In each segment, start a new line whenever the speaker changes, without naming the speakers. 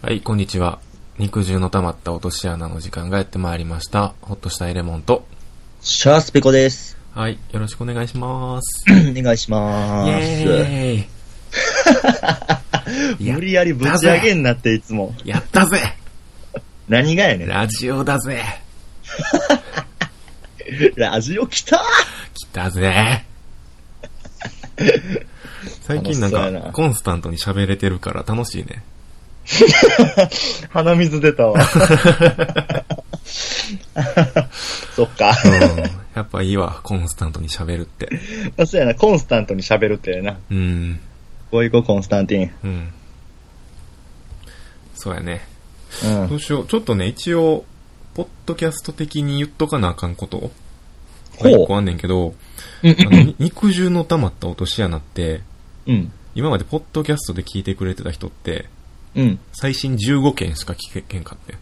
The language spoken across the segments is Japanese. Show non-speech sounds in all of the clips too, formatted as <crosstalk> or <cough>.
はい、こんにちは。肉汁の溜まった落とし穴の時間がやってまいりました。ほっとしたエレモンと。
シャースペコです。 <clears throat>
はい、よろしくお願いします。
お願いし
イ
まー
エー
す。
イや
<laughs> 無理やりぶち上げんなって、いつも。
やったぜ
何がやねん。
ラジオだぜ
ラジオ来た
来たぜ最近なん
楽しそうや
か、
な
コンスタントに喋れてるから楽しいね。
ー鼻水出たわ。 <laughs> そっ <laughs> か。
うん。やっぱいいわ、コンスタントに喋るって。
まあそうやな、コンスタントに喋るってやな。
うん。
こいこうコンスタンテ
うん。そうやね。
ィン。う
ど
ん。
うしよう。ちょっとね、一応、ポッドキャスト的に言っとかなあかんこと
ほう
一個あんねんけど、あのに肉汁の溜まった落とし穴って、
うん。
今までポッドキャストで聞いてくれてた人って、
うん。
最新15件しか聞けんかってん。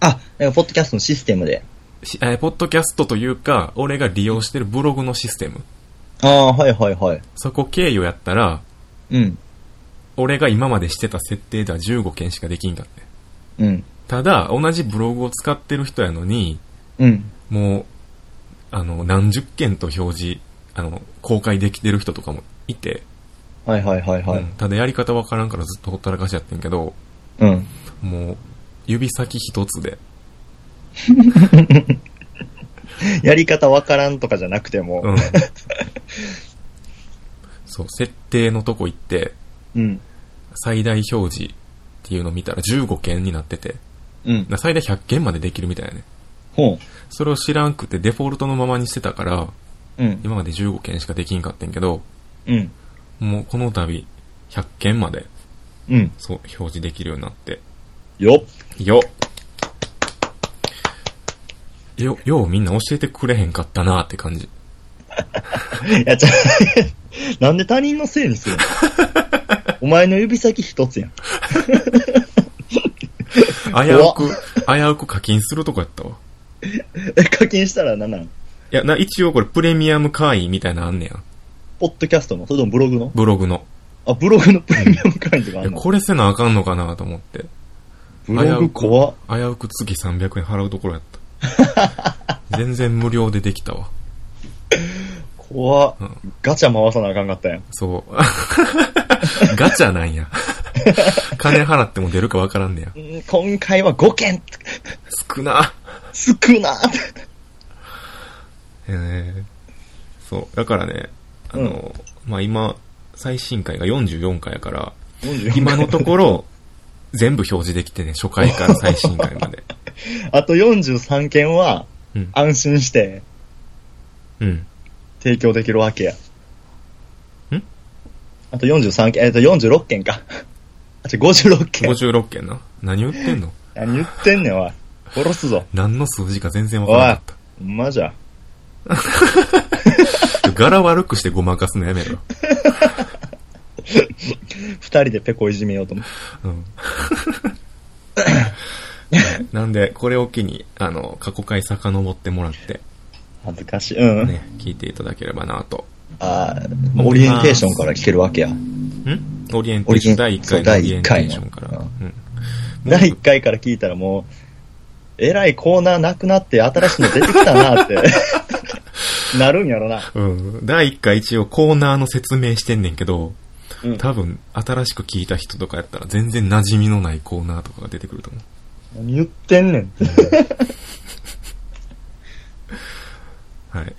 あ、なんかポッドキャストのシステムで。
しえーポッドキャストというか、俺が利用してるブログのシステム。
ああー、はいはいはい。
そこ経由やったら、
うん。
俺が今までしてた設定では15件しかできんかってん。
うん。
ただ、同じブログを使ってる人やのに、
うん。
もう、あの、何十件と表示、あの、公開できてる人とかもいて、
はいはいはいは
うん
い。
ただやり方わからんからずっとほったらかしやってんけど、
うん。
もう、指先一つで、
やり方わからんとかじゃなくて
う
<laughs> も
ん。そう、設定のとこ行って、
うん。
最大表示っていうの見たら15件になってて、
うん。
な最大100件までできるみたいなね。
ほ
それを知らんくてデフォルトのままにしてたから、
う。うん。
今まで15件しかできんかってんけど、
うん。
もうこの度、100件まで、
うん。
そう、表示できるようになって、
よっ。
よよ、ようみんな教えてくれへんかったなって感じ。
いや、ちょ、 <laughs> なんで他人のせいに
<laughs>
するのお前の指先一つやん。
危うく、危うく課金するとこやったわ。
え課金したら何なん
いや、な、一応これプレミアム会員みたいなのあんねや。
ポッドキャストのそれともブログの
ブログの。
あ、ブログのプレミアム会員とかあ
いや
んの
これせなあかんのかなと思って。
ブログ怖っ。
危うく月300円払うところや
<laughs>
った。全然無料でできたわ。
怖っ
うん
ガチャ回さなあかんかったやん。
そう。 <laughs> ガチャなん
<laughs>
や。金払っても出るかわからんねや
う。ん今回は5件
少な。
少な
えーそう。だからね、あの、まあ、今、最新回が44回や
<laughs>
から、
44
今のところ、全部表示できてね、初回から最新回ま
<laughs>
で。
あと43件は
うん。
安心して
うん。
提供できるわけや。
ん
あと43件、えっ、と46件か。あ、違う56件。
56件な。何言ってんの
何言ってんねん、おい。殺すぞ。
何の数字か全然わからなかっ
ほんまじゃ。
た。柄悪くしてごまかすのやめろ。
二人でペコいじめようと思 <laughs>
うん。 <laughs> なんで、これを機に、あの、過去回遡ってもらって、
恥ずかしい。うん。
ね、聞いていただければなと。
あーオリエンテーションから来てるわけや。
んオリエンテーション、
オリ
第
エン
1回の
そ
オ
う
リエンテーションから。
第一回の
うん
第1回から聞いたらもう、えらいコーナーなくなって新しいの出てきたな <laughs> って、なるんやろな。
うん。第1回一応コーナーの説明してんねんけど、
うん。
多分、新しく聞いた人とかやったら全然馴染みのないコーナーとかが出てくると思う。
何言ってんねん。
はい。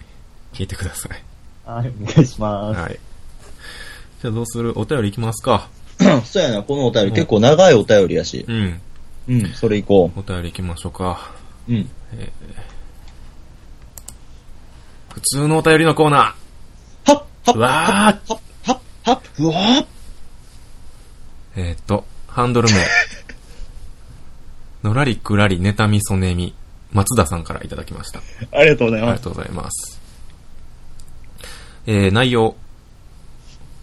聞いてください。
<laughs> はい、お願いしま
はい。じゃあどうするお便り行きますか。
す。 <coughs> そうやな、このお便り結構長いお便りやし。
うん。
うん、それ行こ
お便り行きましょうか。
う。うん。
普通のお便りのコーナ
はっはっ
ー。うわー
はっはっはっうわー
えーっと、ハンドル名。のらりくらり、ねたみそねみ、松田さんからいただきました。
ありがとうござい
あり
ま
が
す。
とうございます。えー、内容。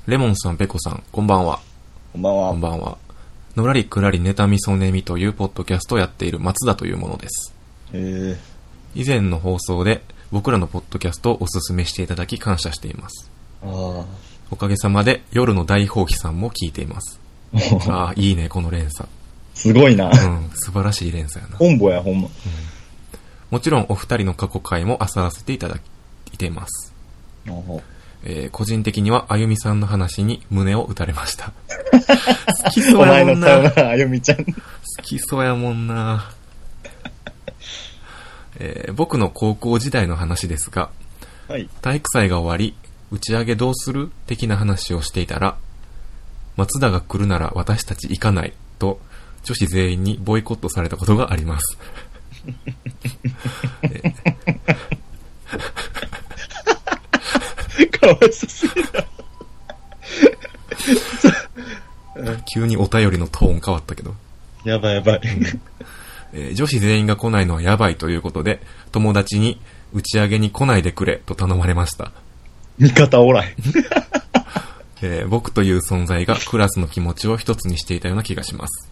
レモンさん、ペコさん、こんばんは。
こんばん
こん
は。
ばんは。のらりくらり、ねたみそねみというポッドキャストをやっている松田というものです。
えー、
以前の放送で僕らのポッドキャストをおすすめしていただき感謝しています。
あ
おかげさまで夜の大放棄さんも聞いています。
あ。
ああ、いいね、この連鎖。
すごいな。
うん、素晴らしい連鎖やな。
コンボや、ほんま。
もちろんお二人の過去回も漁らせていただいています。
お
えー個人的にはあゆみさんの話に胸を打たれま
<laughs>
した。好きそうや
前
も
の
ん
サウ
な。
ナ
好、
あゆみちゃん。
きそうやもんな。えー僕の高校時代の話ですが、
はい。
体育祭が終わり、打ち上げどうする的な話をしていたら、松田が来るなら私たち行かないと、女子全員にボイコットされたことがあります。
かわいそうすぎる。
急にお便りのトーン変わったけど。
やばいやばい。
えー女子全員が来ないのはやばいということで、友達に打ち上げに来ないでくれと頼まれました。
味方おらへん。
えー僕という存在がクラスの気持ちを一つにしていたような気がします。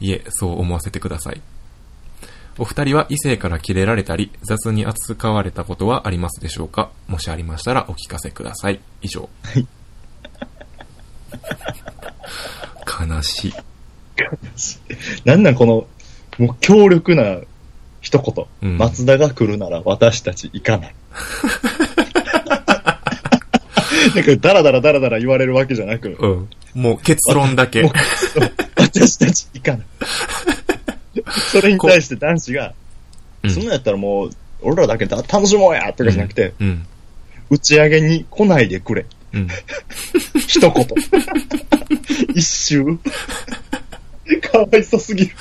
いえ、そう思わせてください。お二人は異性からキレられたり、雑に扱われたことはありますでしょうかもしありましたらお聞かせください。以上。 <laughs> 悲しい。
なんなんこの、もう強力な一言。
うん
松田が来るなら私たち行かない。なんか、ダラダラダラダラ言われるわけじゃなく、も
うん。もう結論だけ
う。私たち行かない。それに対して男子が、
うん
そんなんやったらもう、俺らだけだ楽しもうやとかじゃなくて、
うん。
打ち上げに来ないでくれ。
うん。
一
<laughs>
言。一周。かわいそすぎる。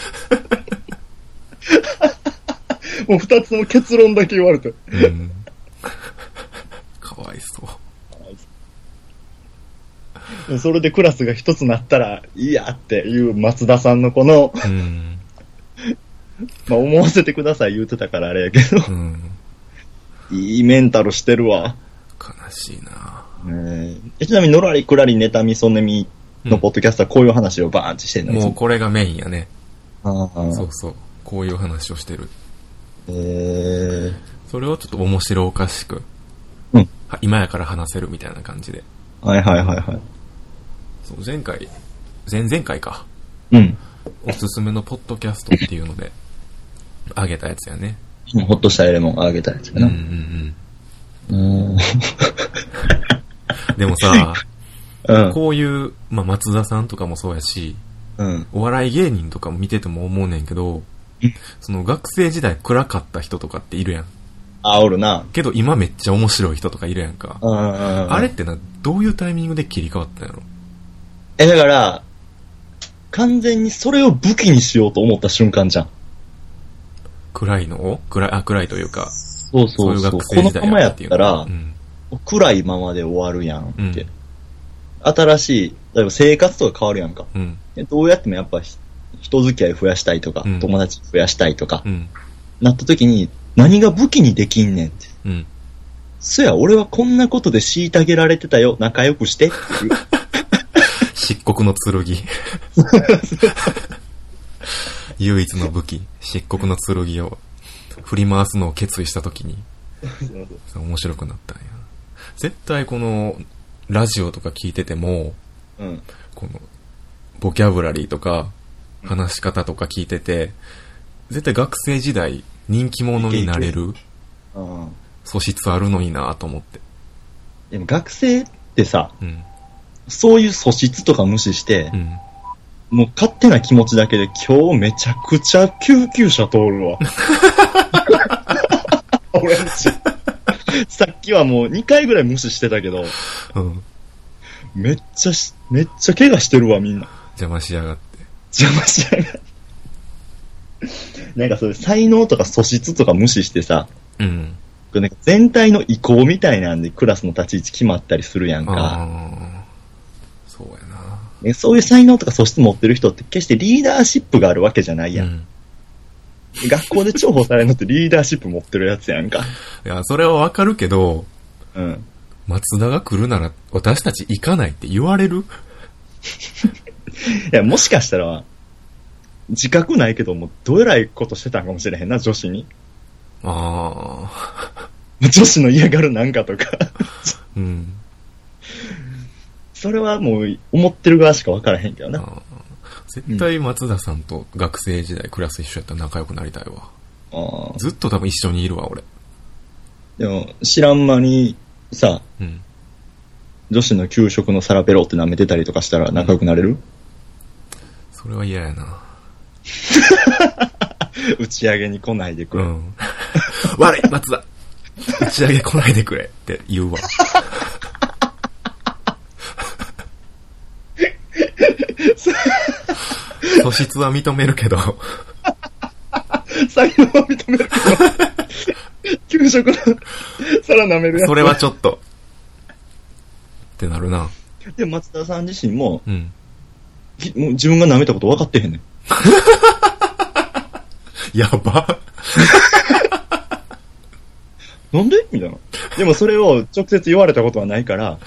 もう二つの結論だけ言われて。
うん。かわいそう。
それでクラスが一つなったら、いいやっていう松田さんのこの、
うん。
まあ、思わせてください言うてたからあれやけど、
うん。
いいメンタルしてるわ。
悲しいな
ねえちなみに、のらりくらり、妬み、そねみのポッドキャストはこういう話をバーンってしてるんで
も
す
うこれがメインやね。そ
あ
うそう。こういう話をしてる。
あ、えー、
それをちょっと面白おかしく、
うん
は今やから話せるみたいな感じで。
はいはいはいは
そう、前回、前々回か。
い。うん。
おすすめのポッドキャストっていうので、あげたやつやね。
ほっとしたエレモンあげたやつか
うんう
な。
ん
うん。
うん。でもさ、
うん。
こういう、まあ、松田さんとかもそうやし、
うん。
お笑い芸人とかも見てても思うねんけど、その学生時代暗かった人とかっているやん。
あ、おるな。
けど今めっちゃ面白い人とかいるやんか。
うんうんうん。
あれってな、どういうタイミングで切り替わったんやろ
え、だから、完全にそれを武器にしようと思った瞬間じゃん。
暗いのを暗い、あ、暗いというか、
そう
そう
そ
いうう
そう。
学
こ
生
の
時代
ままや
やっ
った
っていう
たら
う、ん。
暗いままで終わるやん
うん
って。新しい、例えば生活とか変わるやんか。
うん。
えどうやってもやっぱひ人付き合い増やしたいとか、
うん
友達増やしたいとか
う、ん。
なった時に、何が武器にできんねんって。
うん。
そや、俺はこんなことで虐げられてたよ、仲良くしてっていう。
漆黒の剣。唯一の武器、漆黒の剣を振り回すのを決意した時に、
<laughs>
面白くなったんや。絶対この、ラジオとか聞いてても、
うん。
この、ボキャブラリーとか、話し方とか聞いてて、絶対学生時代、人気者になれる
うん。
素質あるのになと思って。
でも学生ってさ、
うん。
そういう素質とか無視して
う、ん。
もう勝手な気持ちだけで今日めちゃくちゃ救急車通る <laughs> わ。俺んち。さっきはもう2回ぐらい無視してたけど、
うん。
めっちゃし、めっちゃ怪我してるわみんな。
邪魔しやがって。
邪魔しやがってなんかそういう才能とか素質とか無視してさ、
うん。
なんか全体の意向みたいなんでクラスの立ち位置決まったりするやんか。
ああ。そうやな。
ねそういう才能とか素質持ってる人って決してリーダーシップがあるわけじゃないやん
う。ん。
学校で重宝されるのってリーダーシップ持ってるやつやんか。
いや、それはわかるけど、
うん。
松田が来るなら私たち行かないって言われる
いや、もしかしたら、自覚ないけども、どえらいことしてたんかもしれへんな、女子に。
ああ。
女子の嫌がるなんかとか。
うん。
それはもう、思ってる側しかわからへんけど
あ
な。
ー絶対松田さんと学生時代クラス一緒やったら仲良くなりたいわ。
あー
ずっと多分一緒にいるわ、俺。
でも、知らん間に、さ、
うん。
女子の給食の皿ペロって舐めてたりとかしたら仲良くなれる、
それは嫌やな。
<laughs> 打ち上げに来ないでく
う
れ。
ん。 <laughs> 悪い、松田打ち上げ来ないでくれって言 <laughs> うわ。素質は認めるけど、
才能は認めるけど、給食の皿舐めるやつ。
それはちょっと、ってなるな。
で、松田さん自身も、
うん。
きもう自分が舐めたこと分かってへんねん。
やば。
なんでみたいな。でもそれを直接言われたことはない <laughs> から、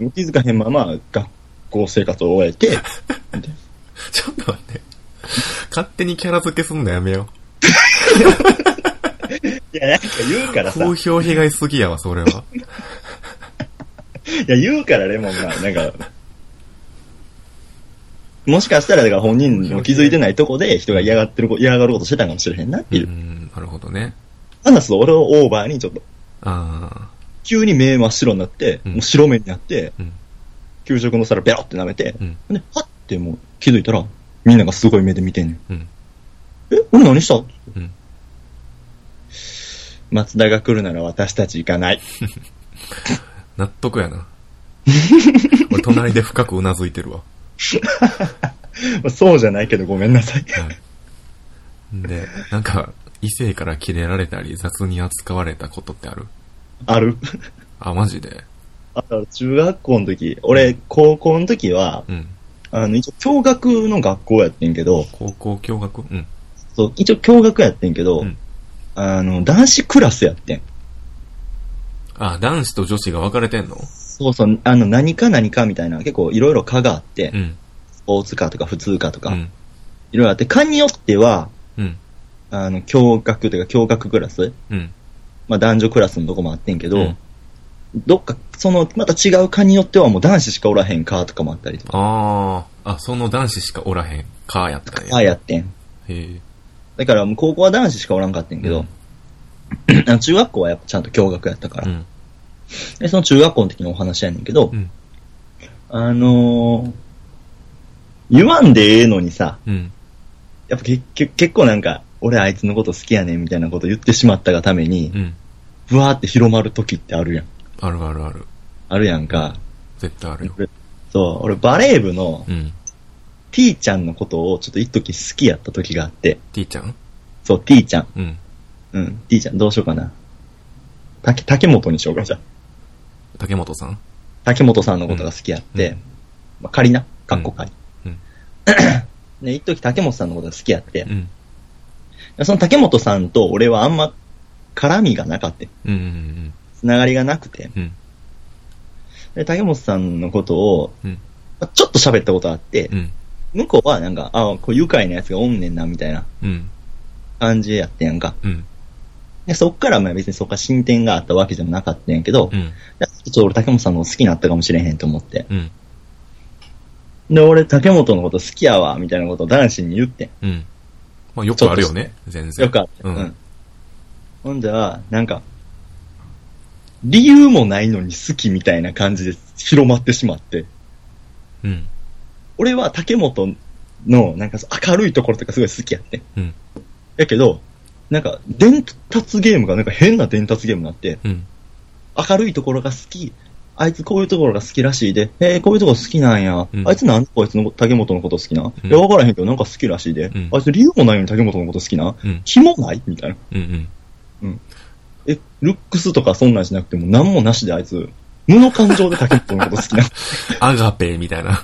もう気づかへんまま学校生活を終えて、みたいな
ちょっと待って。勝手にキャラ付けすんのやめよ
<laughs> いや、なんか言うから
う。
さ、
公
い
表被害すぎやわ、それは。
や、言うからレモンが、なんか、 <laughs> もしかしたら、だから本人も気づいてないとこで人が嫌がってるこ、嫌がることしてたんかもしれへんなって
う
いう。
ん、なるほどね。
話すと俺をオーバーにちょっと、
あ
急に目真っ白になって、
うん
もう白目になって、
あ、うん、
給食の皿ベロって舐めて
う、ん、
で、はってもう気づいたら、みんながすごい目で見てんねん。
うん、
え、俺何した
うん。
松田が来るなら私たち行かない。 <laughs>
納得やな。俺、隣で深くうなずいてるわ。
まあそうじゃないけどごめんなさい。 <laughs>
はい。で、なんか、異性からキレられたり、雑に扱われたことってある
ある。
あ、マジで
あと、中学校の時、俺、高校の時は、
うん。
あの、一応、共学の学校やってんけど、
高校共学うん。
そう、一応、共学やってんけど、
うん
あの、男子クラスやってん。
あ、男子と女子が分かれてんの
そうそう、あの、何か何かみたいな、結構、いろいろ科があって、
うん。
スポーツ科とか普通科と
う
か、
ん。
いろいろあって、科によっては、
うん。
あの、共学というか、共学クラス、
うん。
まあ、男女クラスのとこもあってんけど、
うん
どっか、その、また違う科によってはもう男子しかおらへん科とかもあったりとか、
ああ、あ、その男子しかおらへん。かやったん
ああ
や。
やってん。
へえ。
だから、もう高校は男子しかおらんかったんやけど、あの中学校はやっぱちゃんと共学やったから、
うん。
で、その中学校の時のお話やねんけど、
うん。
あのー、言わんでええのにさ、
うん。
やっぱ結局、結構なんか、俺あいつのこと好きやねんみたいなこと言ってしまったがために
う、ん。
ブワーって広まる時ってあるやん。
あるあるある。
あるやんか。
絶対あるよ。
そう、俺バレー部の
うん。
T ちゃんのことをちょっと一時好きやった時があって、
T ちゃん
そう、T ちゃん。
うん。
うん、T ちゃん、どうしようかな。竹、竹本にしようか、じゃあ
竹本さん
竹本さんのことが好きやって、
うん
まあ、仮な、かっこ仮。
うん
<coughs> ね、一時竹本さんのことが好きやって
う、ん。
その竹本さんと俺はあんま絡みがなかった。
うん。うん。
つながりがなくて。
うん。
で、竹本さんのことを、
うん。
まあちょっと喋ったことあって
う、ん。
向こうはなんか、あこう愉快なやつがおんねんな、みたいな
うん。
感じやってんやんか。
うん。
で、そっからまあ別にそっから進展があったわけじゃなかったんやけど、
うん。
でちょっと俺竹本さんのこと好きになったかもしれへんと思って。
うん。
で、俺竹本のこと好きやわ、みたいなことを男子に言ってん。
うん。まあ、よくあるよね。全然。
よくあって。
う
うんん。ほんじゃ、なんか、理由もないのに好きみたいな感じで広まってしまって、
うん。
俺は竹本の、なんか明るいところとかすごい好きやってん。
うん。
やけど、なんか、伝達ゲームがなんか変な伝達ゲームになって、
うん。
明るいところが好き、あいつこういうところが好きらしいで、えー、こういうところ好きなんや、
うん
あいつなんでこいつの竹本のこと好きな、
うん
いや、わからへんけどなんか好きらしいで、
うん
あいつ理由もないのに竹本のこと好きな、
うん。
気もないみたいな。
うん。うん。
え、ルックスとかそんなんじゃなくても何もなしであいつ、無の感情で竹本のこと好きな。
アガペみたいな。
アガ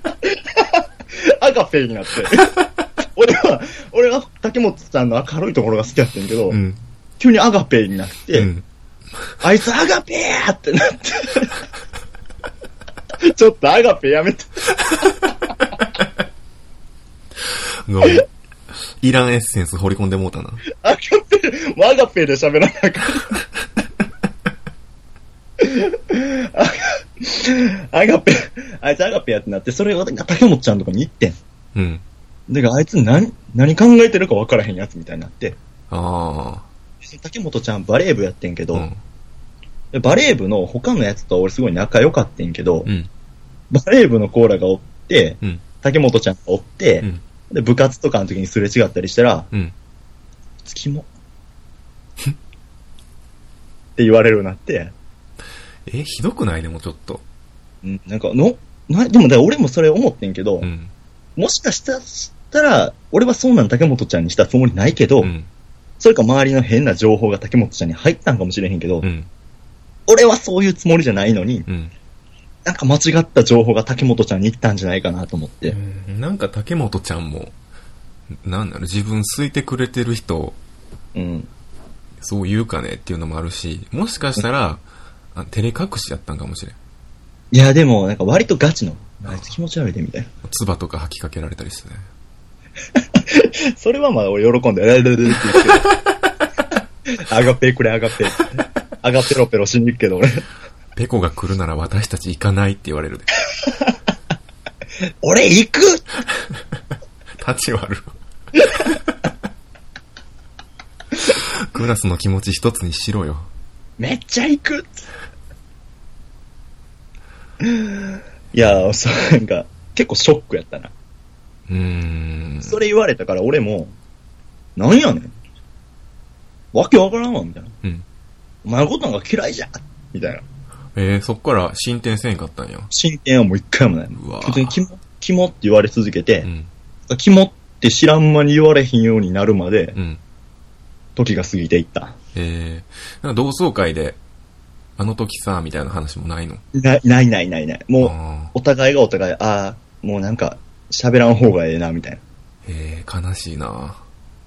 ペ。アガペになって。俺は、俺は竹本さんの明るいところが好きやってんけど、
うん。
急にアガペになっ
う
て、
ん。
あいつアガペやってなって。ちょっとアガペやめて。
ごめん。いらんエッセンス掘り込んでもうたな。
アガペ、もうアガペで喋らなあかん。アガアガペ、あいつアガペやってなって、それが竹本ちゃんとかに行ってん。
うん。
で、あいつ何、何考えてるか分からへんやつみたいになって。
あ
竹本ちゃんバレー部やってんけ
あ。
ど、
うん。
でバレー部の他のやつと俺すごい仲良かってんけど、
うん。
バレー部のコーラがおって、
うん。
竹本ちゃんがおって、
うん
で、部活とかの時にすれ違ったりしたら、
うん。
月も。って言われるようになって、
え、ひどくないでもちょっと。
うん、なんか、の、な、でもだから俺もそれ思ってんけど、
うん。
もしかしたしたら、俺はそんなん竹本ちゃんにしたつもりないけど、
うん。
それか周りの変な情報が竹本ちゃんに入ったんかもしれへんけど、
うん。
俺はそういうつもりじゃないのに、
うん。
なんか間違った情報が竹本ちゃんに行ったんじゃないかなと思って。
なんか竹本ちゃんも、なんだろう、自分好いてくれてる人、
うん。
そう言うかねっていうのもあるし、もしかしたら、あ照れ隠しやったんかもしれん。
いや、でも、なんか割とガチの。あいつ気持ち悪いで、みたいな。
唾とか吐きかけられたりしてね。
それはまあ俺喜んで、ララララって言って。アガペくれ、アガペ。アガペロペロしに行くけど、俺。
ペコが来るなら私たち行かないって言われるで。
俺行く
立ち悪い。 <laughs> クラスの気持ち一つにしろよ。
めっちゃ行くいや、そう、なんか、結構ショックやったな。
うーん。
それ言われたから俺も、なんやねん。わけわからんわ、みたいな。
うん。
お前のことなんか嫌いじゃんみたいな。
えー、そっから進展せんかったんや。
真剣はもう一回もない。
うわ
普通にキモ、キモって言われ続けて
う、ん。
キモって知らん間に言われへんようになるまで、
うん。
時が過ぎていった。
えー、なんか同窓会で、あの時さ、みたいな話もないの。
なないないないない。もう、
あ
お互いがお互い、ああ、もうなんか、喋らん方がええな、みたいな。
ーえー、悲しいな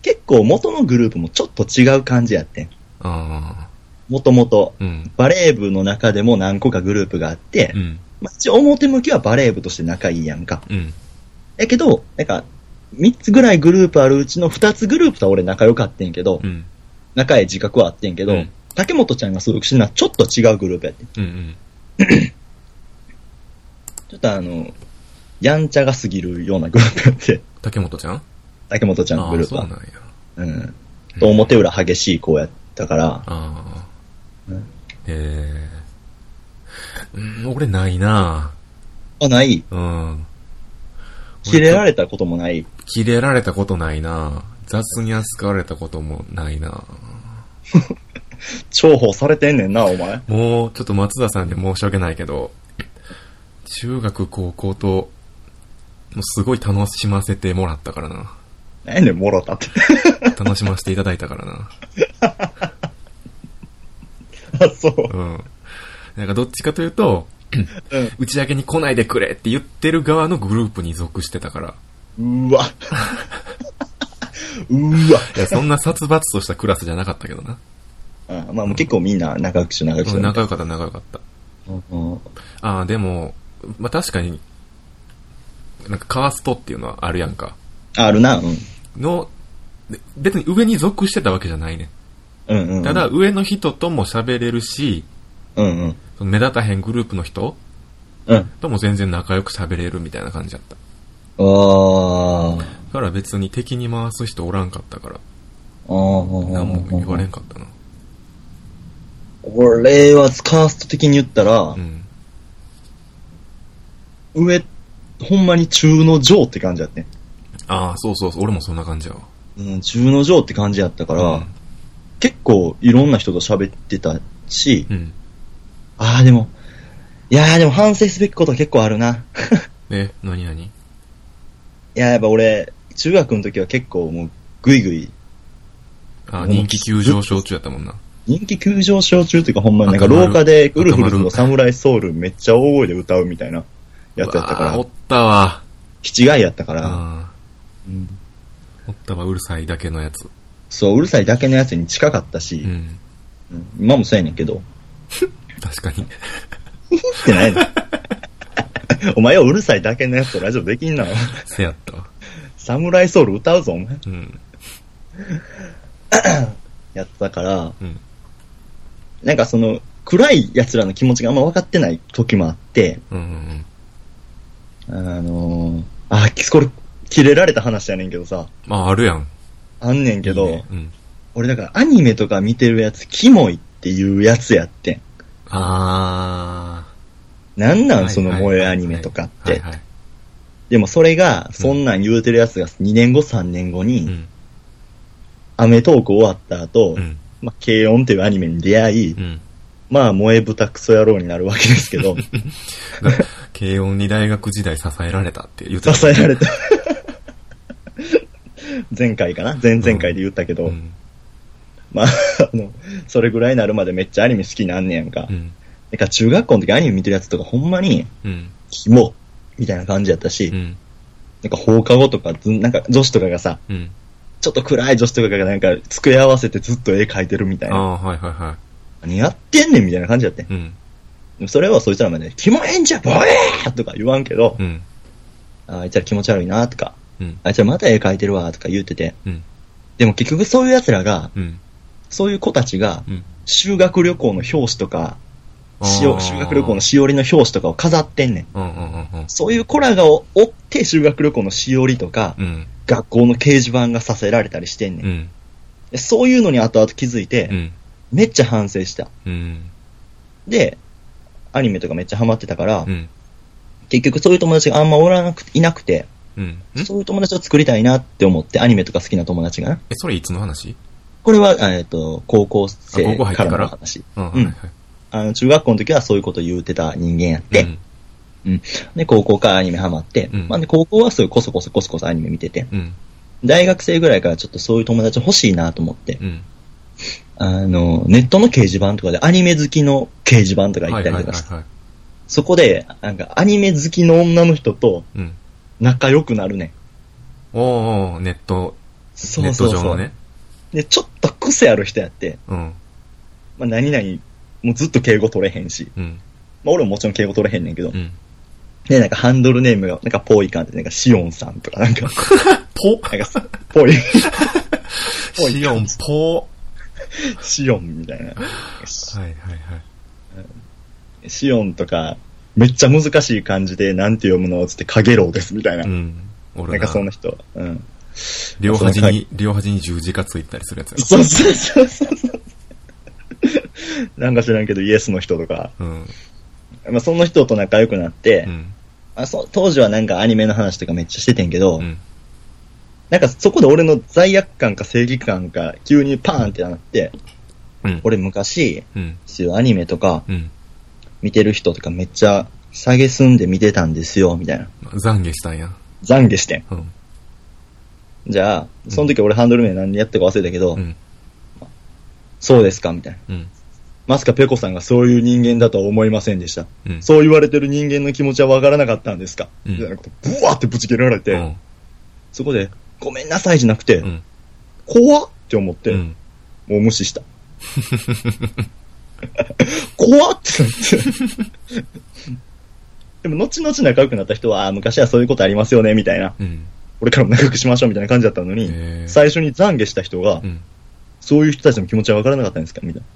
結構元のグループもちょっと違う感じやってん。
あ
もともと、
ーうん。
バレー部の中でも何個かグループがあって
う、ん。
まあ、一応表向きはバレー部として仲いいやんか。
うん。
やけど、なんか、3つぐらいグループあるうちの2つグループとは俺仲良かってんけど、
うん。
仲ええ自覚はあってんけど、
うん
竹本ちゃんが所属してるのはちょっと違うグループやってん。
うん。うん。
ちょっとあの、やんちゃが過ぎるようなグループ
<laughs>
やって、
竹本ちゃんあ
竹本ちゃんの
あ
グ
ー、
ルー
そ
プ
う
は
なん。や。
うん。と表裏激しい子やったから、
ああ
うん。
ええー。うん、俺ないな
あ、ない。
うん。
キレられたこともない。
キレられたことないな雑に扱われたこともないな
重宝されてんねんな、お前。
もう、ちょっと松田さんに申し訳ないけど、中学、高校と、もうすごい楽しませてもらったからな。
なんやねん、もろたって。 <laughs>
楽しませていただいたからな。
あ、そう。
うん。なんかどっちかというと、打ち上げに来ないでくれって言ってる側のグループに属してたから。
うん。
<laughs>
うわ。うわ。
いや、そんな殺伐としたクラスじゃなかったけど <laughs> な。
あまあ、もう結構みんな仲良くし、仲良くし。
仲良かった、仲良かった。
うんうん
ああ、でも、まあ、確かに、なんかカーストっていうのはあるやんか。
あるな、うん。
の、で別に上に属してたわけじゃないね。
うんうんうん。
ただ、、上の人とも喋れるし、
うんうん。
その目立たへんグループの人
うん。
とも全然仲良く喋れるみたいな感じだった。
あー。
だから別に敵に回す人おらんかったから、
あー
何も言われんかったな。
俺はカースト的に言ったら
う、ん。
上、ほんまに中の上って感じやってん。
ああ、そうそうそう、俺もそんな感じやわ。
うん、中の上って感じやったから、結構いろんな人と喋ってたし、
うん。うん。
ああ、でも、いやーでも反省すべきこと結構あるな。 <laughs>
え、なになに
いやーやっぱ俺、中学の時は結構もう、ぐいぐい、
あー人気急上昇中やったもんな。
人気急上昇中っていうかほんまになんか
赤丸
廊下でウルフル
赤
ズ
丸
のサムライソウルめっちゃ大声で歌うみたいなやつやっ
う
たか
わーお
ら
っ、たわ。
気違いやったから、
あーおったわ、うるさいだけのやつ。
そう、うるさいだけのやつに近かったし
う、ん。
うん今もそうやねんけど、
確かに。 <laughs>
ってないの。 <laughs> お前はうるさいだけのやつとラジオできんな。 <laughs>
せやったわ。
サムライソウル歌うぞ、お前。
うん。
やってたから、
うん。
なんかその、暗い奴らの気持ちがあんま分かってない時もあって、
うんうん
あのー、あ、これ、切れられた話やねんけどさ、
まあ、あるやん。
あんねんけど、
いいねうん。
俺だからアニメとか見てるやつ、キモいっていうやつやってん。
あ
なん
ー。
な
は
ん
い
その
はい
萌えアニメとかっ
はい
て
は。いはい
でもそれが、そんなん言うてるやつが2年後3年後
う
に、
ん。
アメトーク終わった後、
うん。
まあ、軽音っていうアニメに出会い、
うん。
まあ、萌え豚クソ野郎になるわけですけど、
が、慶音に大学時代支えられたって言ってた。
<laughs> 支えられた。 <laughs> 前回かな前々回で言ったけ
う
ど、
ん。
まあ、あの、それぐらいになるまでめっちゃアニメ好きになんねやんか。
うん。
なんか中学校の時アニメ見てるやつとかほんまに、
うん。
キモみたいな感じやったし、
うん。
なんか放課後とかず、なんか女子とかがさ、
うん。
ちょっと暗い女子とかがなんか机合わせてずっと絵描いてるみたい
あ
な。
あ、はいはいは
何やってんねんみたいな感じやってん。
い。うん。
でもそれはそいつらまで、キモいんじゃ、ボエーとか言わんけど、
うん。
ああいつら気持ち悪いなとか、
うん。
あいつらまた絵描いてるわとか言ってて、
うん。
でも結局そういう奴らが、
うん。
そういう子たちが、
うん。
修学旅行の表紙とか、し
あ
お
ー
修学旅行のしおりの表紙とかを飾ってんねん。
うんうんうん
そういう子らがお追って修学旅行のしおりとか、
うん。
学校の掲示板がさせられたりしてんね。
うんん。
でそういうのに後々気づいて、
うん。
めっちゃ反省した。
うん。
で、アニメとかめっちゃハマってたから、
うん。
結局そういう友達があんまおらなくいなくて、
うん。んえ、
そういう友達を作りたいなって思って、アニメとか好きな友達がな。
それいつの話
これは、えっ、と、高校
あ高
生
校入って
か
からら
の話。
うん。
うんあの、中学校の時はそういうこと言うてた人間やって、
うん。
で、高校からアニメハマって、
うん
まあ、で高校はそういうコソコソコソコソアニメ見てて、
うん。
大学生ぐらいからちょっとそういう友達欲しいなと思って、
うん。
あの、ネットの掲示板とかでアニメ好きの掲示板とか行ったりとかして、
はい。
そこで、なんかアニメ好きの女の人と
うん。
仲良くなるねん。
おーおー、ネット、
そ
ネ
う
ッ
そ
ト
うそう。
上のね。
で、ちょっと癖ある人やって、
うん。
まあ、何々、もうずっと敬語取れへんし、
うん。
まあ、俺ももちろん敬語取れへんねんけど、
うん。
で、なんかハンドルネームが、なんかぽい感じで、なんかシオンさんとか、なんか、
ぽ
なんか、ぽ <laughs> い。ぽい
シオンぽ
シオンみたいな。
はいはいはい。
シオンとか、めっちゃ難しい感じで、なんて読むのつって、かげろうです、みたいな。
うん。
な
俺
んかそ
な、
んな人。うん。
両端
その回
に、両端に十字架ついてたりするやつやろ
そうそうそうそうそう。なんか知らんけど、イエスの人とか。
うん。
まあ、その人と仲良くなって、
うん。
まあ、そ当時はなんかアニメの話とかめっちゃしててんけど、
うん。
なんかそこで俺の罪悪感か正義感か急にパーンってなって、
うん。
俺昔、
うん。
そういうアニメとか
うん。
見てる人とかめっちゃ下げすんで見てたんですよ、みたいな。
懺悔したんや。
懺悔してん。
うん。
じゃあ、その時俺ハンドル名何やったか忘れたけど、
うん。
そうですかみたいな。
うん。
まさかペコさんがそういう人間だとは思いませんでした。
うん。
そう言われてる人間の気持ちはわからなかったんですか、
うん
みたいなこと、ブワーってぶち切れられて、
うん。
そこで、ごめんなさいじゃなくて、
うん
怖っって思って、
うん。
もう無視した。 <laughs> 怖っってなって。 <laughs> でも、後々仲良くなった人は、あー昔はそういうことありますよね、みたいな。
うん。
これからも仲良くしましょう、みたいな感じだったのに、
えー
最初に懺悔した人が、
うん。
そういう人たちの気持ちは分からなかったんですかみたいな。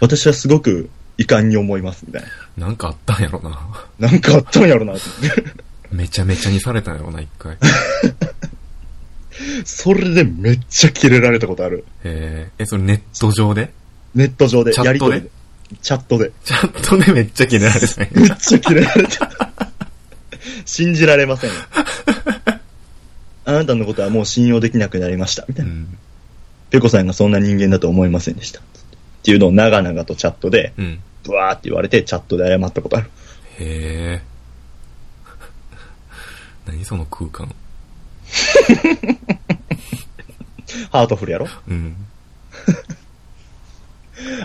私はすごく遺憾に思います、みたい
なんかあったんやろな。 <laughs>
な。なんかあったんやろな、と思って。 <laughs>
めちゃめちゃにされたんやろな、一回。
それでめっちゃキレられたことある。
えー、え、それネット上で
ネット上で、
チャットで
やりとりで。チャットで。
チャットでめっちゃキレられたんや。
めっちゃキレられた。信じられません。あなたのことはもう信用できなくなりました。みた
う
いな。
ん。
ペコさんがそんな人間だと思いませんでした。っていうのを長々とチャットで、
うん。
ブワーって言われてチャットで謝ったことある。
へえ。 <laughs> 何その空間。
ハートフルやろ
うん。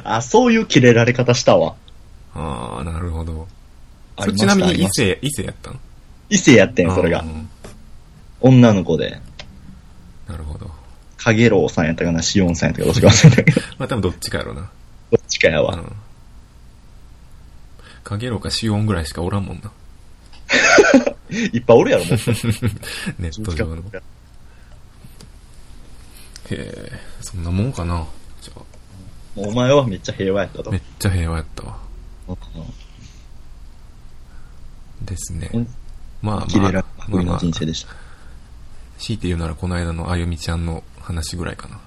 あ、そういうキレられ方したわ。
ああ、なるほど。
あ
そ
り
れち
ま
な
した
み
あ
に
り
異
ました
性、異性やったん
異性やってん、それ
あ
が。
ー
女の子で。
なるほど。
かげろうさんやったかな、しおんさんやったかどっちか忘れたけど。
まあ多分どっちかやろうな。
どっちかや
う
わ。
ん。かげろうかしおんぐらいしかおらんもんな。
いっぱいおる
<laughs>
やろ、もう。
ネット上の。へえ、そんなもんかな。じゃ
もうお前はめっちゃ平和やった
あ、
と
め。っちゃ平和やったわ。
うん
ですね。
うん
まあ
綺
ま
麗
あ、
な
まあま
僕の
あ、
人
強
生でした。
いて言うならこの間のあゆみちゃんの話ぐらいかな。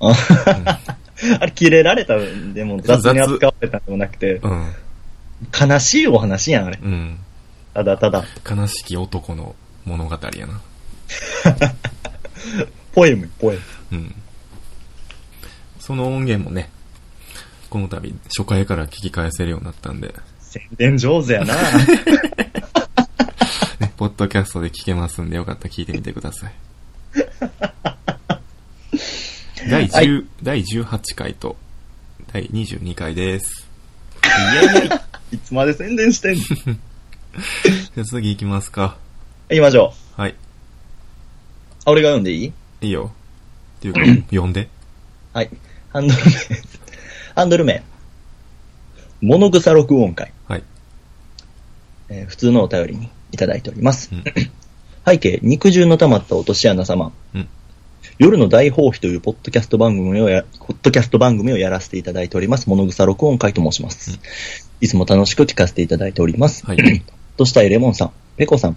あ <laughs> あれ、切れられたんでも雑に扱われたんでもなくて、
うん。
悲しいお話やん、あれ。
うん。
ただただ、
悲しき男の物語やな。
ポエム、ポエム。
うん。その音源もね、この度初回から聞き返せるようになったんで、
宣伝上手やな
ね、ポッドキャストで聞けますんで、よかったら聞いてみてくだ
<laughs>
さい。第10、第18回と、第22回です。
いつまで宣伝してんの
じゃあ次行きますか。
行きましょう。
はい。
あ、俺が読んでいい
いいよ。っていう
<coughs>
か、呼んで。
はい。ハンドル名。ハンドル名。物草録音会。
はい。
えー普通のお便りにいただいております。
うん
<coughs> 背景、肉汁の溜まった落とし穴様。
うん
夜の大放棄というポッドキャスト番組をや、ポッドキャスト番組をやらせていただいております。物草録音会と申します。
うん
いつも楽しく聞かせていただいております。
はい。
<coughs> としたいレモンさん、ペコさん、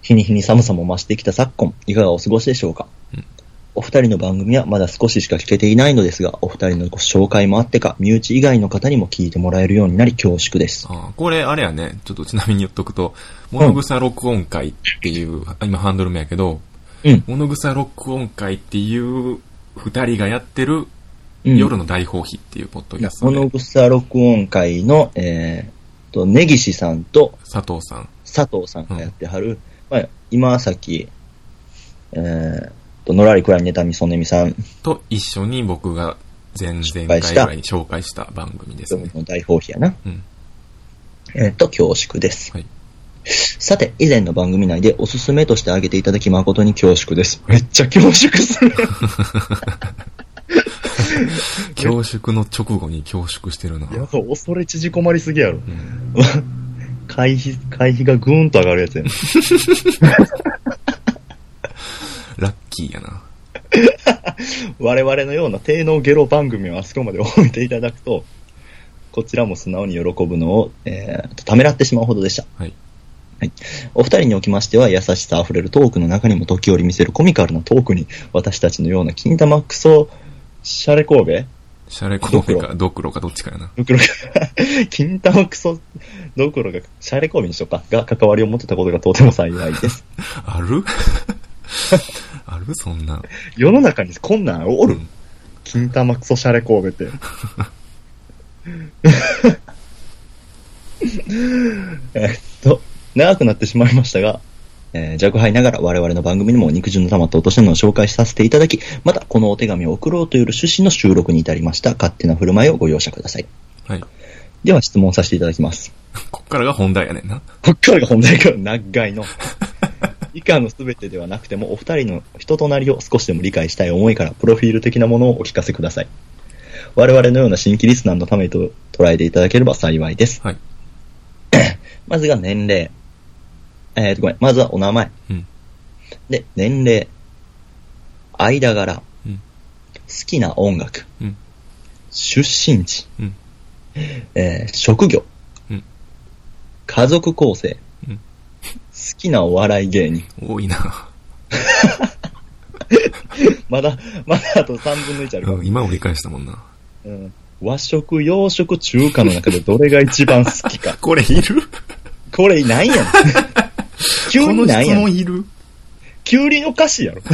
日に日に寒さも増してきた昨今、いかがお過ごしでしょうか、
うん
お二人の番組はまだ少ししか聞けていないのですが、お二人のご紹介もあってか、身内以外の方にも聞いてもらえるようになり恐縮です。
あーこれ、あれやね、ちょっとちなみに言っとくと、物草録音会っていう、今ハンドル名やけど、
うん
物草録音会っていう二人がやってる、
うん
夜の大放棄っていうポッドキャストで、
物草録音会の、えー、と、根岸さんと
佐藤さん。
佐藤さんがやってはる、まあ、今さっき、えー、と、のらりくらいネタみそねみさん、
と一緒に僕が前々回ぐらいに紹介した番組ですね。
の大放棄やな。
うん。
えっと、恐縮です。
はい
さて、以前の番組内でおすすめとして挙げていただき誠に恐縮です。めっちゃ恐縮する。
恐縮の直後に恐縮してるな。
ば、恐れ縮こまりすぎやろ。 <laughs>
うん
回避、回避がぐーんと上がるやつやん。
ラッキーやな。
我々のような低能ゲロ番組をあそこまで置いていただくと、こちらも素直に喜ぶのを、えー、ためらってしまうほどでした。
はい。
お二人におきましては、優しさあふれるトークの中にも時折見せるコミカルなトークに、私たちのような金玉クソ、シャレ神戸
シャレコメ
ドク
かドクロかどっちかやな。
ドクロが、 <laughs> 金玉クソどころか、シャレコービにしようか、が関わりを持ってたことがとても幸いです。
ある <laughs> あるそんな。
世の中にこんなんおる、
うん
金玉クソシャレコーベって。えっと、長くなってしまいましたが、えー弱敗ながら我々の番組にも肉汁の溜まった落とし穴を紹介させていただき、またこのお手紙を送ろうという趣旨の収録に至りました。勝手な振る舞いをご容赦ください。
はい。
では質問させていただきます。
こっからが本題やねんな。
こっからが本題から長いの。以下のすべてではなくても、お二人の人となりを少しでも理解したい思いから、プロフィール的なものをお聞かせください。我々のような新規リスナーのためと捉えていただければ幸いです。
はい。
まずが年齢。えー、と、ごめん。まずはお名前。
うん
で、年齢。間柄。
うん
好きな音楽。
うん
出身地。
うん
えー職業。
うん
家族構成。
うん
好きなお笑い芸人。
多いな。
まだ、まだあと3分の1あるか
うん今折り返したもんな。
ら。うん和食、洋食、中華の中でどれが一番好きか。
これいる
これ、なんやねん。急
こ
に
の
なん
質
やねん。
問いる
キュウリおかしいやろ。好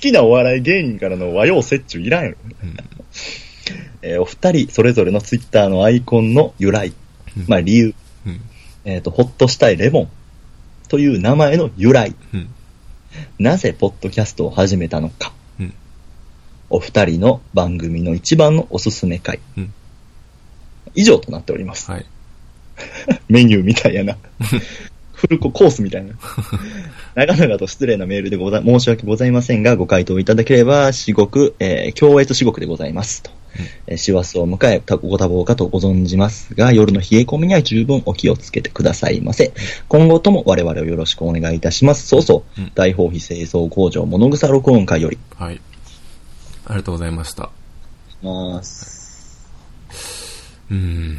きなお笑い芸人からの和洋折衷いらんやろ。
うん
えーお二人それぞれのツイッターのアイコンの由来
うん、
まあ理由、
うん。
えっ、と、ほっとしたいレモンという名前の由来、
うん。
なぜポッドキャストを始めたのか、
うん
お二人の番組の一番のおすすめ回、
うん
以上となっております。
はい。
メニューみたいや <laughs> な。フルココースみたいな。長々と失礼なメールでござ、申し訳ございませんが、ご回答いただければ、至極、えー、強越至極でございます。と。えー、師走を迎え、たご多忙かとご存じますが、夜の冷え込みには十分お気をつけてくださいませ。今後とも我々をよろしくお願いいたします。そうそう、
うん
大放棄製造工場物草録音会より。
はい。ありがとうございました。
ます。
うーん。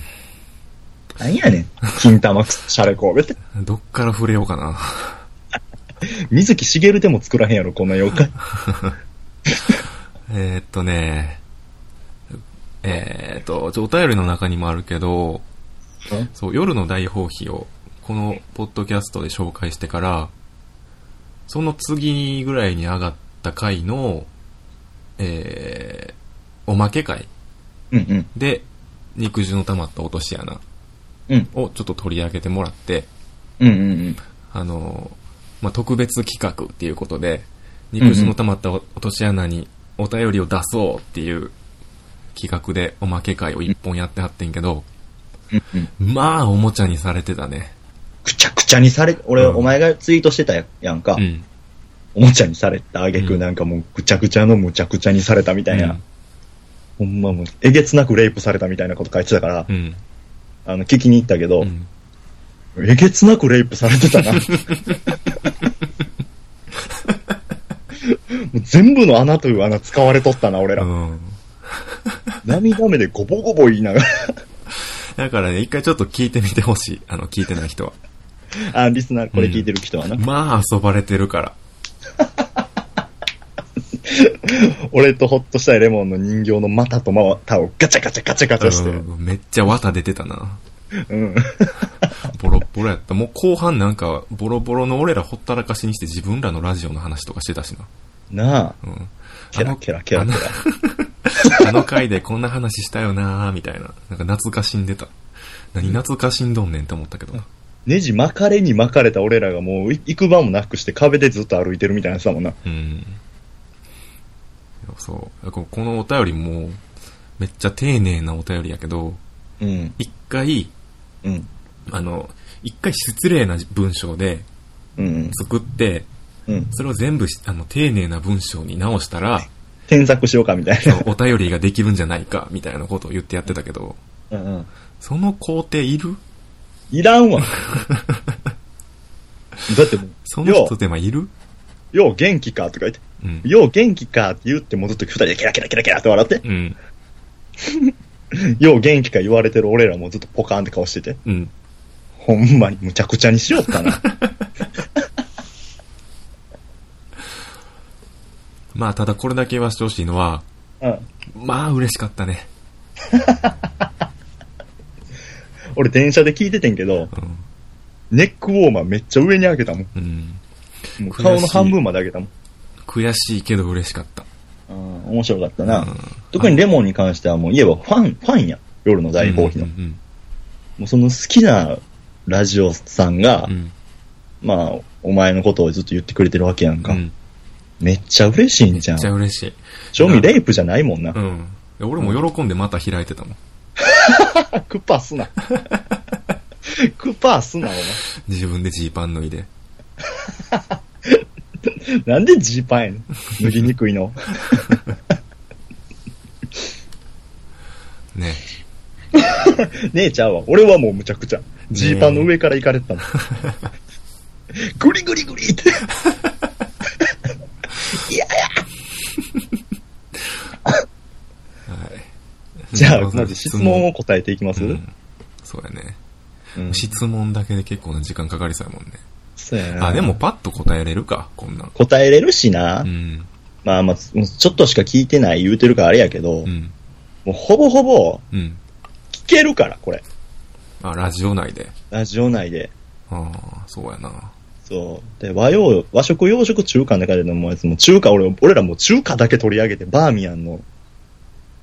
なんやねん。金玉シャレ神戸って。
どっから触れようかな。
水木しげるでも作らへんやろ、こんな妖 <laughs> 怪。
えーっとね、えーっと、ちょお便りの中にもあるけど、そう、夜の大放棄を、このポッドキャストで紹介してから、その次ぐらいに上がった回の、えー、おまけ会
うんうん。
で、肉汁の溜まった落とし穴
うん。
をちょっと取り上げてもらって、
うんうんうん。
あの、まあ、特別企画っていうことで、肉汁の溜まった落とし穴にお便りを出そうっていう企画でおまけ会を一本やってはってんけど、
うんうん。
まあ、おもちゃにされてたね。
くちゃくちゃにされ、俺、
うん
お前がツイートしてたやんか。
うん。
おもちゃにされた挙句
うん
なんかもうぐちゃぐちゃのむちゃくちゃにされたみたいな、
うん
ほんまもうえげつなくレイプされたみたいなこと書いてたから、
うん。
あの聞きに行ったけど、
うん
えげつなくレイプされてたなもう全部の穴という穴使われとったな俺ら、
うん。
涙目でゴボゴボ言いながら
だからね、一回ちょっと聞いてみてほしい。あの、聞いてない人は。
あリスナーこれ聞いてる人はな、
まあ、遊ばれてるから。
俺とホッとしたいレモンの人形の股と股をガチャガチャガチャガチャして、
うんめっちゃ綿出てたな。
うん、
ボロッボロやった。もう後半なんか、ボロボロの俺らほったらかしにして自分らのラジオの話とかしてたしな。
なあ
うん。
ケラケラケラケ
<laughs>
ラ
あの回でこんな話したよなーみたいな。なんか懐かしんでた。何懐かしんどんねんって思ったけどな。
ネジ巻かれに巻かれた俺らがもうい行く場もなくして壁でずっと歩いてるみたいなやつだもんな。
うん。そう。ここのお便りも、めっちゃ丁寧なお便りやけど、
うん。
一回、
うん。
あの、一回失礼な文章で
うん。
作って、
うん。
それを全部しあの丁寧な文章に直した
<laughs>
ら、
添削しようかみたい
お便りができるんじゃないか、みたいなことを言ってやってたけど、
な。うんうん。
その工程いる
いら
<laughs>
んわ。だっても、
そうの
よ
一手間いる
う、よう元気かとか言って、
うん。
よう元気かって言って戻ってきて二人でケラケラケラケラって笑って、
うん。
よう元気か言われてる俺らもずっとポカーンって顔してて、
うん。
ほんまにむちゃくちゃにしよっ
<laughs>
たな。
まあ、ただこれだけ言わせてほしいのは、
うん。
まあ、嬉しかったね。
俺電車で聞いててんけど、
うん。
ネックウォーマーめっちゃ上に上げたもん。
うん。
もう顔の半分まで上げたもん。
悔しいけど嬉しかった。
うん、面白かったな。
うん
特にレモンに関してはもう言えばファン、ファンや。夜の大放棄の。
うんうん
もうその好きなラジオさんが、
うん。うん
まあ、お前のことをずっと言ってくれてるわけやんか。
うん
めっちゃ嬉しいんじゃ
めっちゃ
ん。
嬉しい。
賞味レイプじゃないもんな。
うん。で俺も喜んでまた開いてたもん。
クッパーすな。 <laughs> クッパーすな、お
自分でジーパン脱いで。
前。なんでジーパンやねん。脱ぎにくいの。
ね。
ねえちゃうわ。俺はもうむちゃくちゃ。ジーパンの上から行かれてたもん。グリグリグリって。
はい。
じゃ
う
あ、
ん
まず質問を答えていきます、
う
うんん、
そうやね。質問だけで結構な時間かかりそうやもんね。
そうやな
あ、でもパッと答えれるか、こんなん。
答えれるしな。
うん。
まあまあ、ちょっとしか聞いてない言うてるからあれやけど、
う
も
ん。
うほぼほぼ
うん。
聞けるから、これ。
あ、ラジオ内で。
ラジオ内で。
ああ、そうやな。
そう。で、和洋、和食、洋食、中華の中でのもうやつも、中華、俺、俺らもう中華だけ取り上げて、バーミヤンの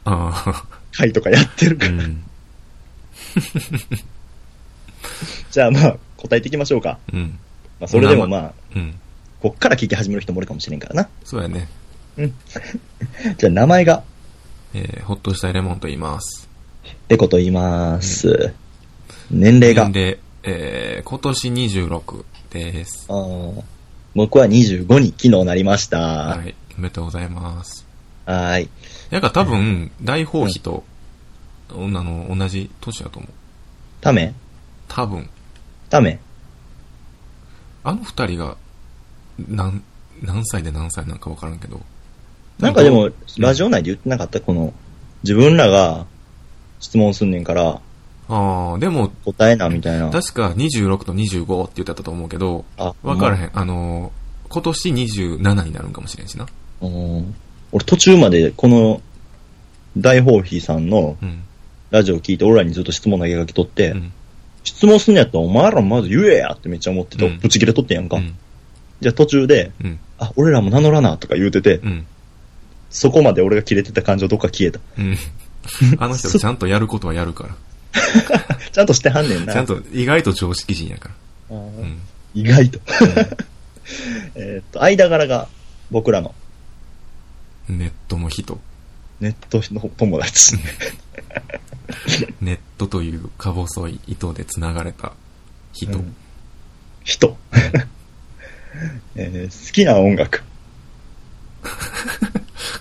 あ
会とかやってる
あ、<laughs>
か
う
ら。
ん。
<laughs> じゃあまあ、答えていきましょうか。
うん。
まあ、それでもまあ、
うん。
こっから聞き始める人もおるかもしれんからな。
そうやね。
じゃあ、名前が、
えー、ほっとしたいレモンと言います。
レコと言います。年齢が、
で、えー、今年26です。
あー僕は25に昨日なりました。は
はい。おめでとうございます。
ーい。
やか多分、大放棄と、女の同じ年だと思う。
ため
多分、
ため
あの二人が、何、何歳で何歳なんかわからんけど。
なんかでも、
ん
ラジオ内で言ってなかったこの、自分らが質問すんねんから、
ああ、でも、
答えな、みたいな。
確か26と25って言ってたと思うけど、
あ
わからへん。あのー、今年27になるんかもしれんしな。
うん俺途中までこの大宝妃さんの
うん。
ラジオを聞いて、俺らにずっと質問投げかけとって、
うん。
質問すんのやったらお前らまず言えやってめっちゃ思ってて、
うん
ぶち切れとってんやんか。
うん。
じゃあ途中で、
うん。
あ、俺らも名乗らなとか言うてて、
うん。
そこまで俺が切れてた感情どっか消えた。 <laughs>
うん。あの人ちゃんとやることはやるから。
ちゃんとしてはんねんな。
ちゃんと意外と常識人やから。
あー
うん。
意外と。 <laughs> えーっと、間柄が僕らの
ネットの人。
ネットの友達。
ネットというか細い糸で繋がれた人。
うん人。 <laughs> えー好きな音楽。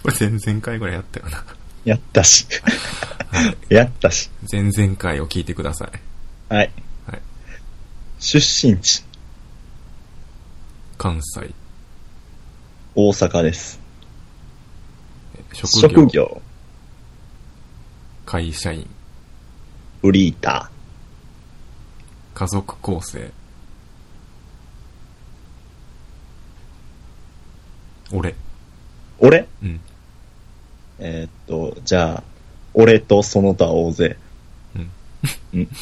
これ前々回ぐらいやったよな。
やったし。
はい。
やったし。
前々回を聞いてください。
はい。
はい
出身地、
関西。
大阪です。
職業。
職業、
会社員。
フリータ
家族構成。俺。
ー。俺
うん。
えーっと、じゃあ、俺とその他大勢。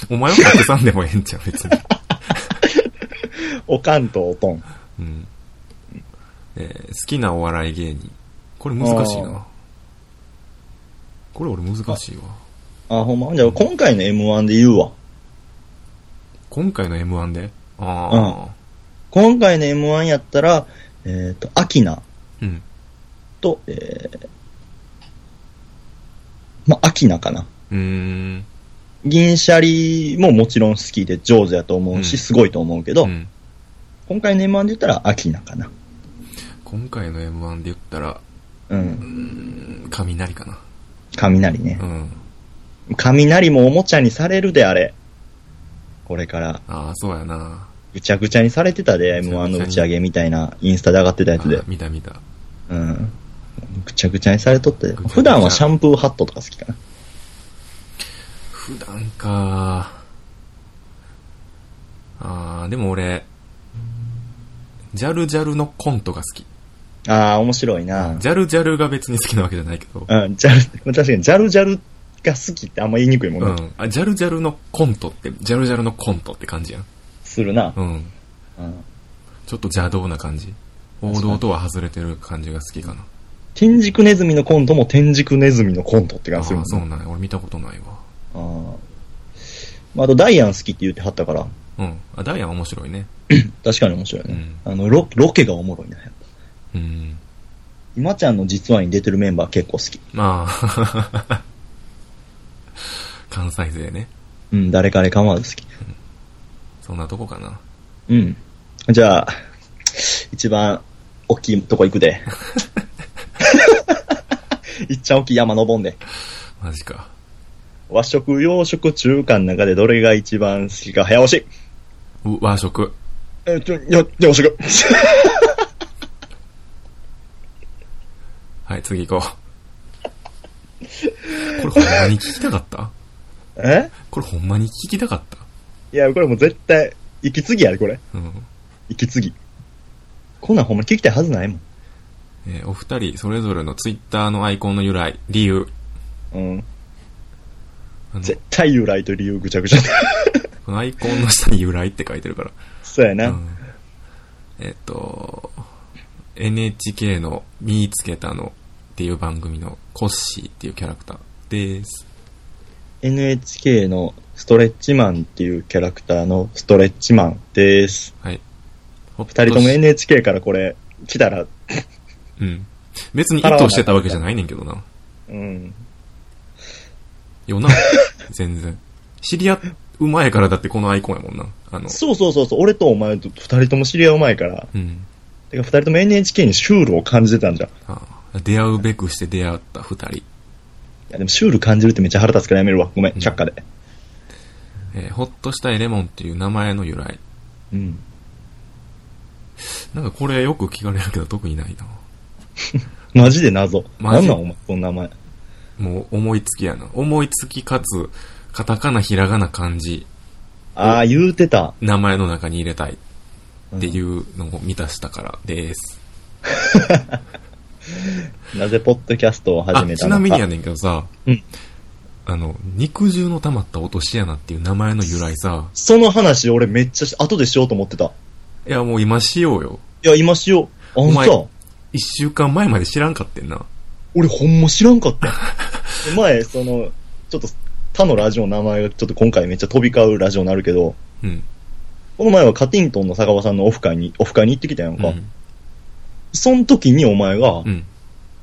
お前は隠さんでもええんちゃう、別に。
おかんとおとん。
うん。えー好きなお笑い芸人。これ難しい
あー
な。これ俺難しいわ。
あ、ほんまじゃあ、今回の M1 で言うわ。
今回の M1 でああ。
今回の M1 やったら、えーっと、アキナ
うん。
と、えー、まあ、アキナかな。
うーん。
銀シャリももちろん好きで上手やと思うし、
うん
すごいと思うけど、
うん
今回の M1 で言ったらアキナかな。
今回の M1 で言ったら、
うん。
うん雷かな。
雷ね。
うん。
雷もおもちゃにされるで、あれ。これから、
ああ、そうやな。
ぐちゃぐちゃにされてたで、
ぐちゃぐち
M1
ゃに
の打ち上げみたいな、インスタで上がってたやつで
あ。見た見た。
うん。ぐちゃぐちゃにされとって、
ぐちゃぐちゃ
普段はシャンプーハットとか好きかな。
普段か。ああ、でも俺、ジャルジャルのコントが好き。
ああ、面白いな。
ジャルジャルが別に好きなわけじゃないけど。
うん、ジャル、確かにジャルジャルが好きってあんま言いにくいもん
う
ね。
ん。あ、ジャルジャルのコントって、ジャルジャルのコントって感じやん。
するな。
うん。
う
ち
ん。
ょっと邪道な感じ。王道とは外れてる感じが好きかな。
天竺ネズミのコントも天竺ネズミのコントって
ああ
感じするも
ー、
ん
そうなんや。俺見たことないわ。
あーまあ、あと、ダイアン好きって言ってはったから、
うん。あ、ダイアン面白いね。
確かに面白いね。
う
あの、ロロケがおもろいな、やっぱ
うん。
今ちゃんの実話に出てるメンバー結構好き。
まあ、 <laughs> 関西勢ね。
うん、誰彼構わず好き。
そんなとこかな。
うん。じゃあ、一番大きいとこ行くで。いっちゃん大きい山登んで。
マジか。
和食、洋食、中華の中でどれが一番好きか早押し。
う和食。
えー、ちょ、よ、洋食。 <laughs>
はい、次行こう。これほんまに聞きたかった
え
これほんまに聞きたかった
いや、これもう絶対、息継ぎやで、これ。
うん。
息継ぎ。こんなんほんまに聞きたいはずないもん。
えーお二人、それぞれのツイッターのアイコンの由来、理由。
うん。
あの
絶対由来と理由ぐちゃぐちゃ。
このアイコンの下に由来って書いてるから。
<laughs> そうやな。
うんえっと、NHK の見つけたのっていう番組のコッシーっていうキャラクターです。
NHK のストレッチマンっていうキャラクターのストレッチマンです。
はい。ほっと
二人とも
し
NHK からこれ来たら、
うん。別に意図してたわけじゃないねんけどな。
うん。 <laughs>
よな。全然。知り合う前からだってこのアイコンやもんな。あの、
そうそうそうそう、俺とお前と二人とも知り合う前から、
うん。
てか二人とも NHK にシュールを感じてたんじゃん。い
ああ出会うべくして出会った二人。
やでもシュール感じるってめっちゃ腹立つからやめるわ。ごめん、
うん
却下で。
えーほっとしたいレモンっていう名前の由来。
うん。
なんかこれよく聞かれるけど特にないな。
マジで謎。
マ
なん
ジ
なんお前、この名前。
もう思いつきやな。思いつきかつカタカナ、ひらがな、漢字、
ああ、言うてた。
名前の中に入れたいっていうのを満たしたからです。
なぜポッドキャストを始
あ、
めた
ち
のか。
なみにやねんけどさ、
うん
あの、肉汁の溜まった落とし穴っていう名前の由来さ、
その話俺めっちゃし、後でしようと思ってた。い
いやもう今しようよ。
や、今しよう。あ
お
ん
前
さ、
一週間前まで知らんかってんな。
俺ほんま知らんかった。前、その、ちょっと、他のラジオの名前がちょっと今回めっちゃ飛び交うラジオになるけど、
うん。
この前はカティントンの坂場さんのオフ会に、オフ会に行ってきたやん
う
か。
ん。
その時にお前が、
うん。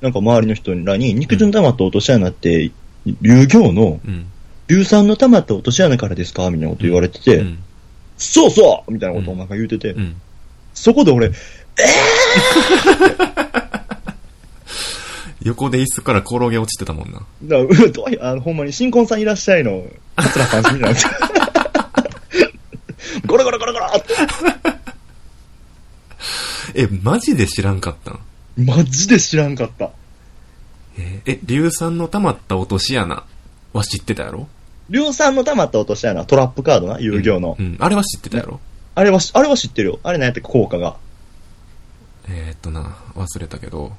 なんか周りの人らに、肉汁の玉と落とし穴って、流行の、
うん。
硫酸の玉と落とし穴からですかみたいなこと言われてて、
うん。
そうそうみたいなことをお前が言うてて、
うん。
そこで俺、
横で椅子から転げ落ちてたもんな。
だうわどういあのほんまに新婚さんいらっしゃいの、桂さんみたいな。ゴロゴロゴロゴロって
え、マジで知らんかったん
マジで知らんかった。
えー、え硫酸の溜まった落とし穴は知ってたやろ
量産の溜まった落としたいな、トラップカードな、遊行の。
うん。あれは知ってたやろ
あれはし、あれは知ってるよ。あれなんやったっけ、効果が。
えーっとな、忘れたけど、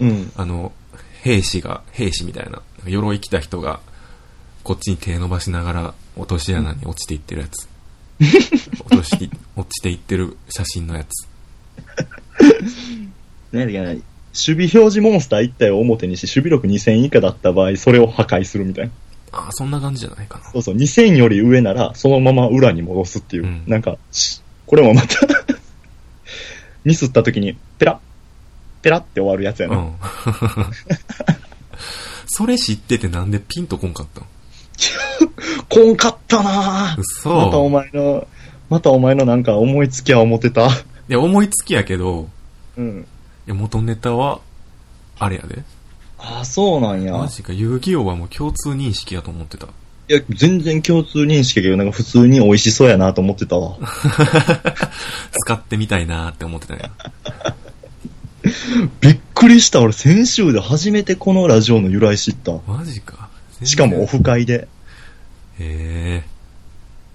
うん。
あの、兵士が、兵士みたいな、なんか鎧着た人が、こっちに手伸ばしながら、落とし穴に落ちていってるやつ。 <laughs> 落とし、落ちていってる写真のやつ。
なんやったっけな、守備表示モンスター1体を表にし、守備力2000以下だった場合、それを破壊するみたいな。
あーそんな感じじゃないかな。
そうそう、2000より上なら、そのまま裏に戻すっていう。
うん
なんか、しこれもまた、ミスった時に、ペラッ、ペラッって終わるやつやな。
うん。 <laughs> それ知っててなんでピンとこんかったん
こんかったなぁ。
嘘。
またお前の、またお前のなんか思いつきは思ってた。
いや、思いつきやけど、
うん。
いや、元ネタは、あれやで。
ああ、そうなんや。
マジか、遊戯王はもう共通認識やと思ってた。
いや、全然共通認識やけど、なんか普通に美味しそうやなと思ってたわ。
使ってみたいなーって思ってたんや。
びっくりした。俺先週で初めてこのラジオの由来知った。
マジか。
しかもオ
へ
フ会で。
え。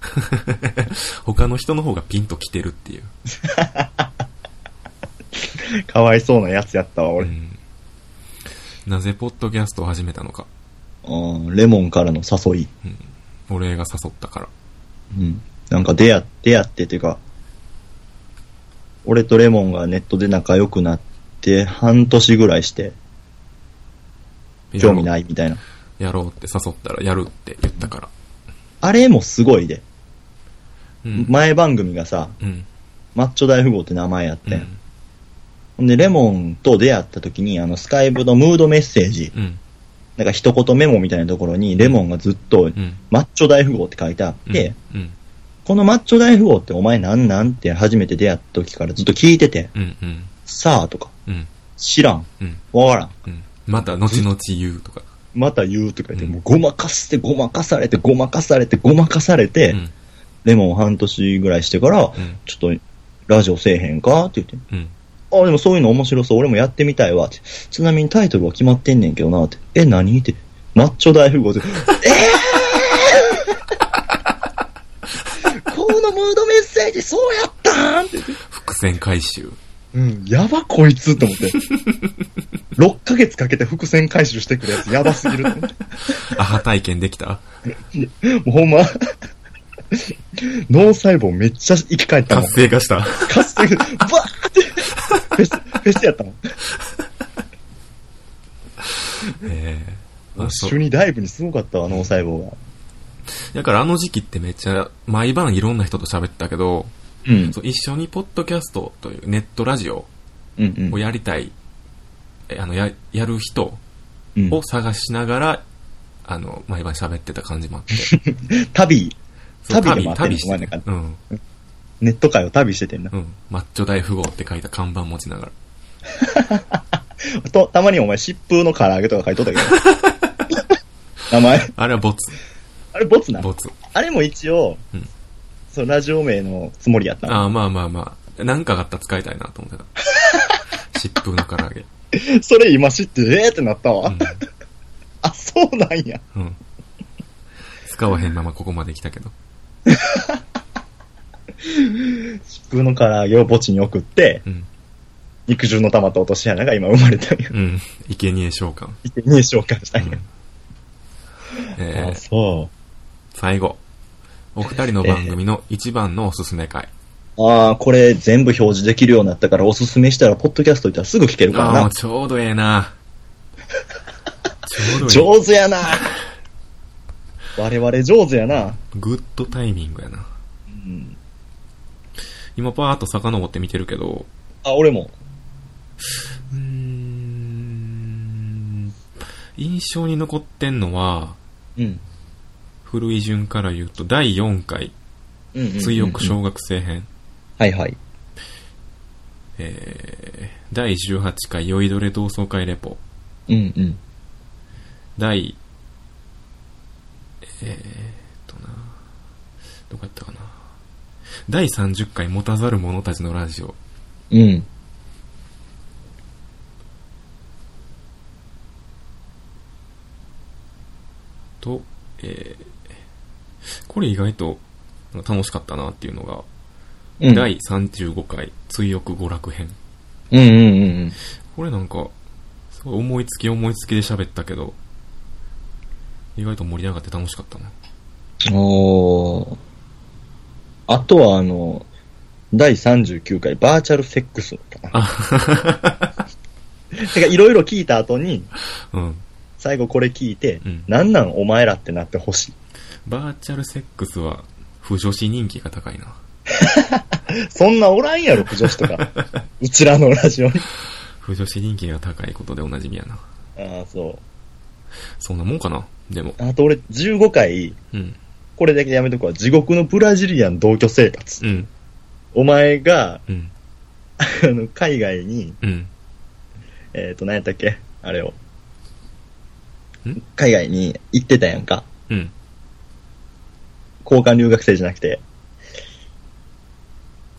<laughs> 他の人の方がピンと来てるっていう。
かわいそうなやつやったわ、
う
俺。
ん。なぜポッドキャストを始めたのか。
うん、レモンからの誘い。
俺が誘ったから。
うん。なんか出会出会ってていうか、俺とレモンがネットで仲良くなって、半年ぐらいして、興味
い。
ないみたいな。
やろうって誘ったらやるって言ったから。
あれもすごいで。
うん。
前番組がさ、
うん。
マッチョ大富豪って名前やっ
う
て、
ん。
ほんで、レモンと出会った時に、あの、スカイブのムードメッセージ、
うん。
なんか一言メモみたいなところに、レモンがずっと、
うん。
マッチョ大富豪って書いてあって、
うん。
このマッチョ大富豪ってお前なんなんって初めて出会った時からずっと聞いてて、
うん。うん。
さあとか、
うん。
知らん、
うん。
わからん、
うん。また後々言うとか。
また言うとか言って、
うん
もうごまかして、ごまかされて、ごまかされて、ごまかされて、
うん。
レモン半年ぐらいしてから、
うん。
ちょっと、ラジオせえへんかって言って、
うん。
あ、でもそういうの面白そう。俺もやってみたいわ。ってちなみにタイトルは決まってんねんけどな。ってえ、何って。マッチョ大富豪って。えー、 <laughs> このムードメッセージそうやったんって言って。
伏線回収。
うん、やばこいつって思って。6ヶ月かけて伏線回収してくるやつやばすぎるって。も
アハ体験できた
うほんま。脳細胞めっちゃ生き返 <laughs> ったもん
達。成がした。
かすて、バーって。フェス、フェスやったもん。
ええ
もう
あそう
週にライブにすごかったわ、脳細胞が。
だからあの時期ってめっちゃ毎晩いろんな人と喋ってたけど、
うん
そう一緒にポッドキャストというネットラジオ
うんうん
をやりたい、えあの、や、やる人
うん
を探しながら、あの、毎晩喋ってた感じもあ
<laughs>
って。
旅、
そう
旅でも
旅して
待って
た
んの
うん。
ネット界を旅しててんな
う。ん。マッチョ大富豪って書いた看板持ちながら。
と、たまにお前、疾風の唐揚げとか書いとったけ
<laughs>
ど。名前。
あれはボツ。
あれ、ボ <laughs> ツな。
ボツ。
あれも一応、
うん
そのラジオ名のつもりやったの。
ああ、まあまあまあ。なんかがあったら使いたいなと思っ
<laughs>
てた。疾風の唐揚げ。
それ今知って、えーってなったわ。
うん。
あ、そうなんや。
うん。使わへんままここまで来たけど。
普通の唐揚げを墓地に送って、
うん。
肉汁の玉と落とし穴が今生まれたんや。 <laughs>
うん。生贄召喚。
生贄召喚したんや。
え
あ、
ー、
そ
最後。お二人の番組の一番のおすすめ回。
う。ああ、これ全部表示できるようになったからおすすめしたら、ポッドキャストいったらすぐ聞けるから
ああー、
な。
ちょうどええな。ちょうどええ。
上手
<laughs>
やな我々上手やな。
グッドタイミングやな。
うん、
今パーッと遡って見てるけど、
あ、俺も。
うーん、印象に残ってんのは、
うん。
古い順から言うと、第4回、
うんうん
追憶
うんうん
小学生編、
はいはい。
えー、第18回、酔いどれ同窓会レポ、
うんうん。
第、えー、っとな、どこやったかな。第30回、持たざる者たちのラジオ。
うん。
と、えーこれ意外となんか楽しかったなっていうのが、
うん。
第35回、追憶娯楽編。
うんうんうんうん。
これなんか、すごい思いつき思いつきで喋ったけど、意外と盛り上がって楽しかったな。
おーあとは、あの、第39回、バーチャルセックスかな。てか、いろいろ聞いた後に、
うん。
最後これ聞いて、
うん
なんなんお前らってなってほしい。
バーチャルセックスは、不女子人気が高いな。
そんなおらんやろ、女子
<laughs>
とか。うちらのラジオに。
不女子人気が高いことでおなじみやな。
ああ、そ
そんなもんかなでも。
う。あと俺、15回、
うん。
これだけやめとくわ。地獄のブラジリアン同居生活。
うん。
お前が、
うん。
あの、海外に、
うん。
えっ、ー、と、何やったっけあれを
ん。
海外に行ってたやんか。
うん。
交換留学生じゃなくて、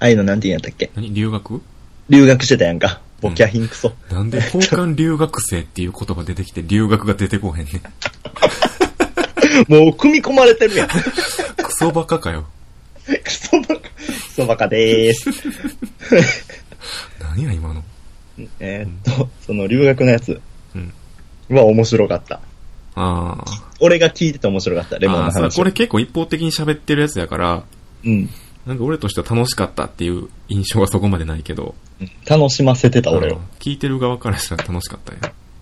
ああいうのなんて言うんやったっけ
何留学
留学してたやんか。ボキャヒンクソ。
なんで交換留学生っていう言葉出てきて留学が出てこへんね <laughs> ん。
もう組み込まれてるやん。ク
クソバカかよ。
ソバカ、クソバカでーす。
何や今の。
えーっと、その留学のやつ
うん。
は面白かった。
あー
俺が聞いてて面白かった、レモン
あ
の
ー。そう
話。
これ結構一方的に喋ってるやつやから、
うん。
なんか俺としては楽しかったっていう印象はそこまでないけど、
楽しませてた、俺
う
を
ん。聞いてる側からしたら楽しかったよ。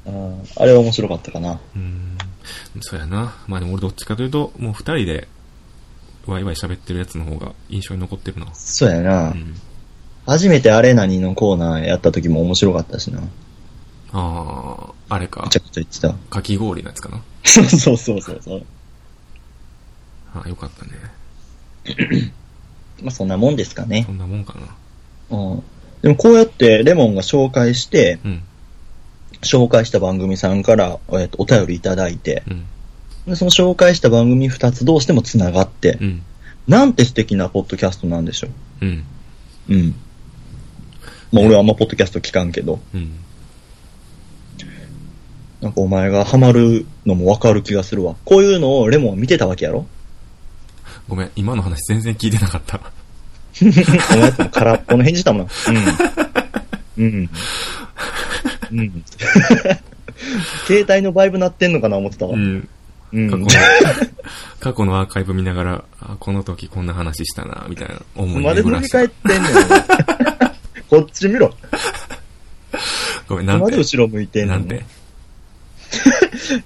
あーあれは面白かったかな。
うん。そうやな。まあでも俺どっちかというと、もう二人でワイワイ喋ってるやつの方が印象に残ってるな。
そうやな。
うん。
初めてアレナニのコーナーやった時も面白かったしな。め
ああ、あれか
ちゃ。くちゃ言ってた。
かき氷のやつかな。
<laughs> そうそうそうそうそう。
ああ、よかったね。
まあそんなもんですかね
そ。んなもんかな。
うんでもこうやってレモンが紹介して、
うん。
紹介した番組さんから、えっとお便りいただいて、
うん。
でその紹介した番組2つどうしても繋がって、
うん。
なんて素敵なポッドキャストなんでしょ
うん。
う。うん。まあ俺はあんまポッドキャスト聞かんけど、
うん。
なんかお前がハマるのもわかる気がするわ。こういうのをレモンは見てたわけやろ
ごめん、今の話全然聞いてなかった。
お前とも空っぽの返事だもん。うん。うん。うん。 <laughs> 携帯のバイブ鳴ってんのかな思ってたわ。
うん。
うん
過去の、 <laughs> 過去のアーカイブ見ながら、あこの時こんな話したな、みたいな思い
まで
巡
振
ら
り
した
返っ。て
<laughs>
んねん。こっち見ろ。
ごめん、なん
まで
て。
後ろ向いてんね
なんて。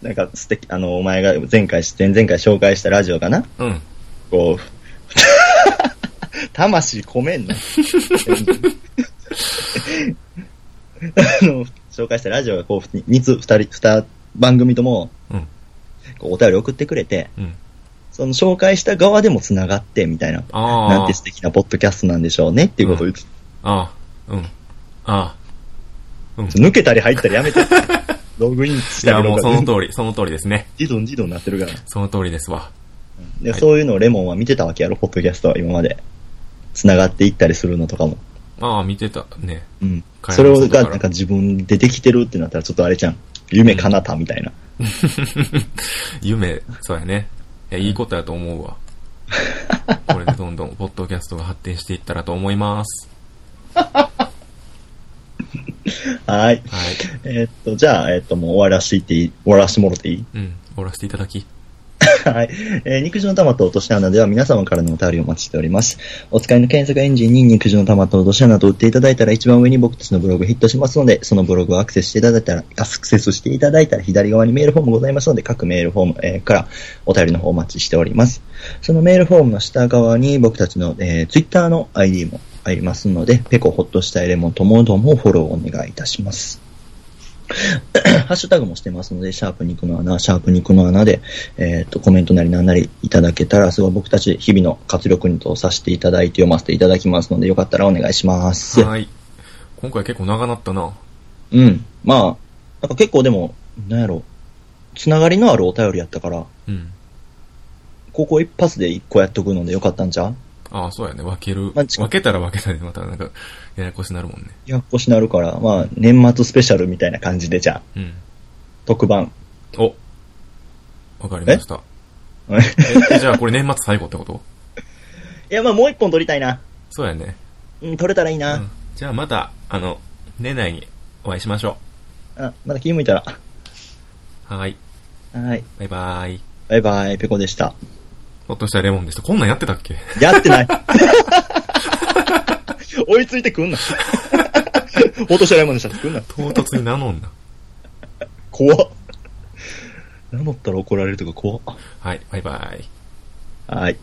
なんか素敵、あの、お前が前回、前々回紹介したラジオかな
うん。
こう、魂込めんな。 <laughs> あの、紹介したラジオがこう、三つ、二人、二番組とも、
うん。
こうお便り送ってくれて、
うん。
その紹介した側でも繋がって、みたいな。
ああ。
なんて素敵なポッドキャストなんでしょうねっていうことを言って
ああ。うん。ああ。うん。
抜けたり入ったりや
<laughs>
めて。ログインし
い
たり
や、もう
と
そ
か
の、通り、その通りですね。
自動自動になってるから。
その通りですわ。
で
はい
そういうのをレモンは見てたわけやろ、ポッドキャストは今まで。繋がっていったりするのとかも。
ああ、見てたね。
うん。
会話
それ
の
を
外か
が、
ら
なんか自分でできてるってなったらちょっとあれじゃん。夢叶ったみたいな。
夢、そうやね。や、いいことやと思うわ。 <laughs> これでどんどん、ポッドキャストが発展していったらと思います。
はい。
はい。
えーっと、じゃあ、えーっと、もう終わらしていっていい終わらしてもろていい
うん。おらせていただき。
はい。えー肉汁の玉と落とし穴では皆様からのお便りをお待ちしております。お使いの検索エンジンに肉汁の玉と落とし穴と打っていただいたら一番上に僕たちのブログヒットしますので、そのブログをアクセスしていただいたら、アクセスしていただいたら左側にメールフォームございますので、各メールフォーム、えーからお便りの方お待ちしております。そのメールフォームの下側に僕たちの、えー、Twitter の ID もありますので、ペコホッとしたいレモンともどもをフォローお願いいたします。ハッシュタグもしてますので、シャープ肉の穴、シャープ肉の穴で、えっ、と、コメントなりなんなりいただけたら、すごい僕たち日々の活力にとさせていただいて読ませていただきますので、よかったらお願いします。
はい。今回結構長なったな。
うん。まあ、なんか結構でも、なんやろ、つながりのあるお便りやったから、
うん。
ここ一発で一個やっとくのでよかったんちゃう
ああ、そうやね。分ける。
まあち
分けたら分けたで、またなんか、ややこしになるもんね。
やっこしなるから、まあ、年末スペシャルみたいな感じで、じゃあ、
うん。
特番。
おわかりました。
はい
えじゃあこれ年末最後ってこと
いや、まあ、もう一本撮りたいな。
そうやね。
うん、撮れたらいいな。
うんじゃあまた、あの、年内にお会いしましょ
あ、まだ気向いたら。
う。はい。
はい。
バイバーイ。
バイバイ、ペコでした。
ほっとしたレモンでした。こんなんやってたっけ
やってない <laughs> 追いついてくんな。 <laughs> 落とし穴までしたってくんな。
唐突に名乗んな。
怖っ。名乗ったら怒られるとか怖っ。
はい。バイバイ。
はい。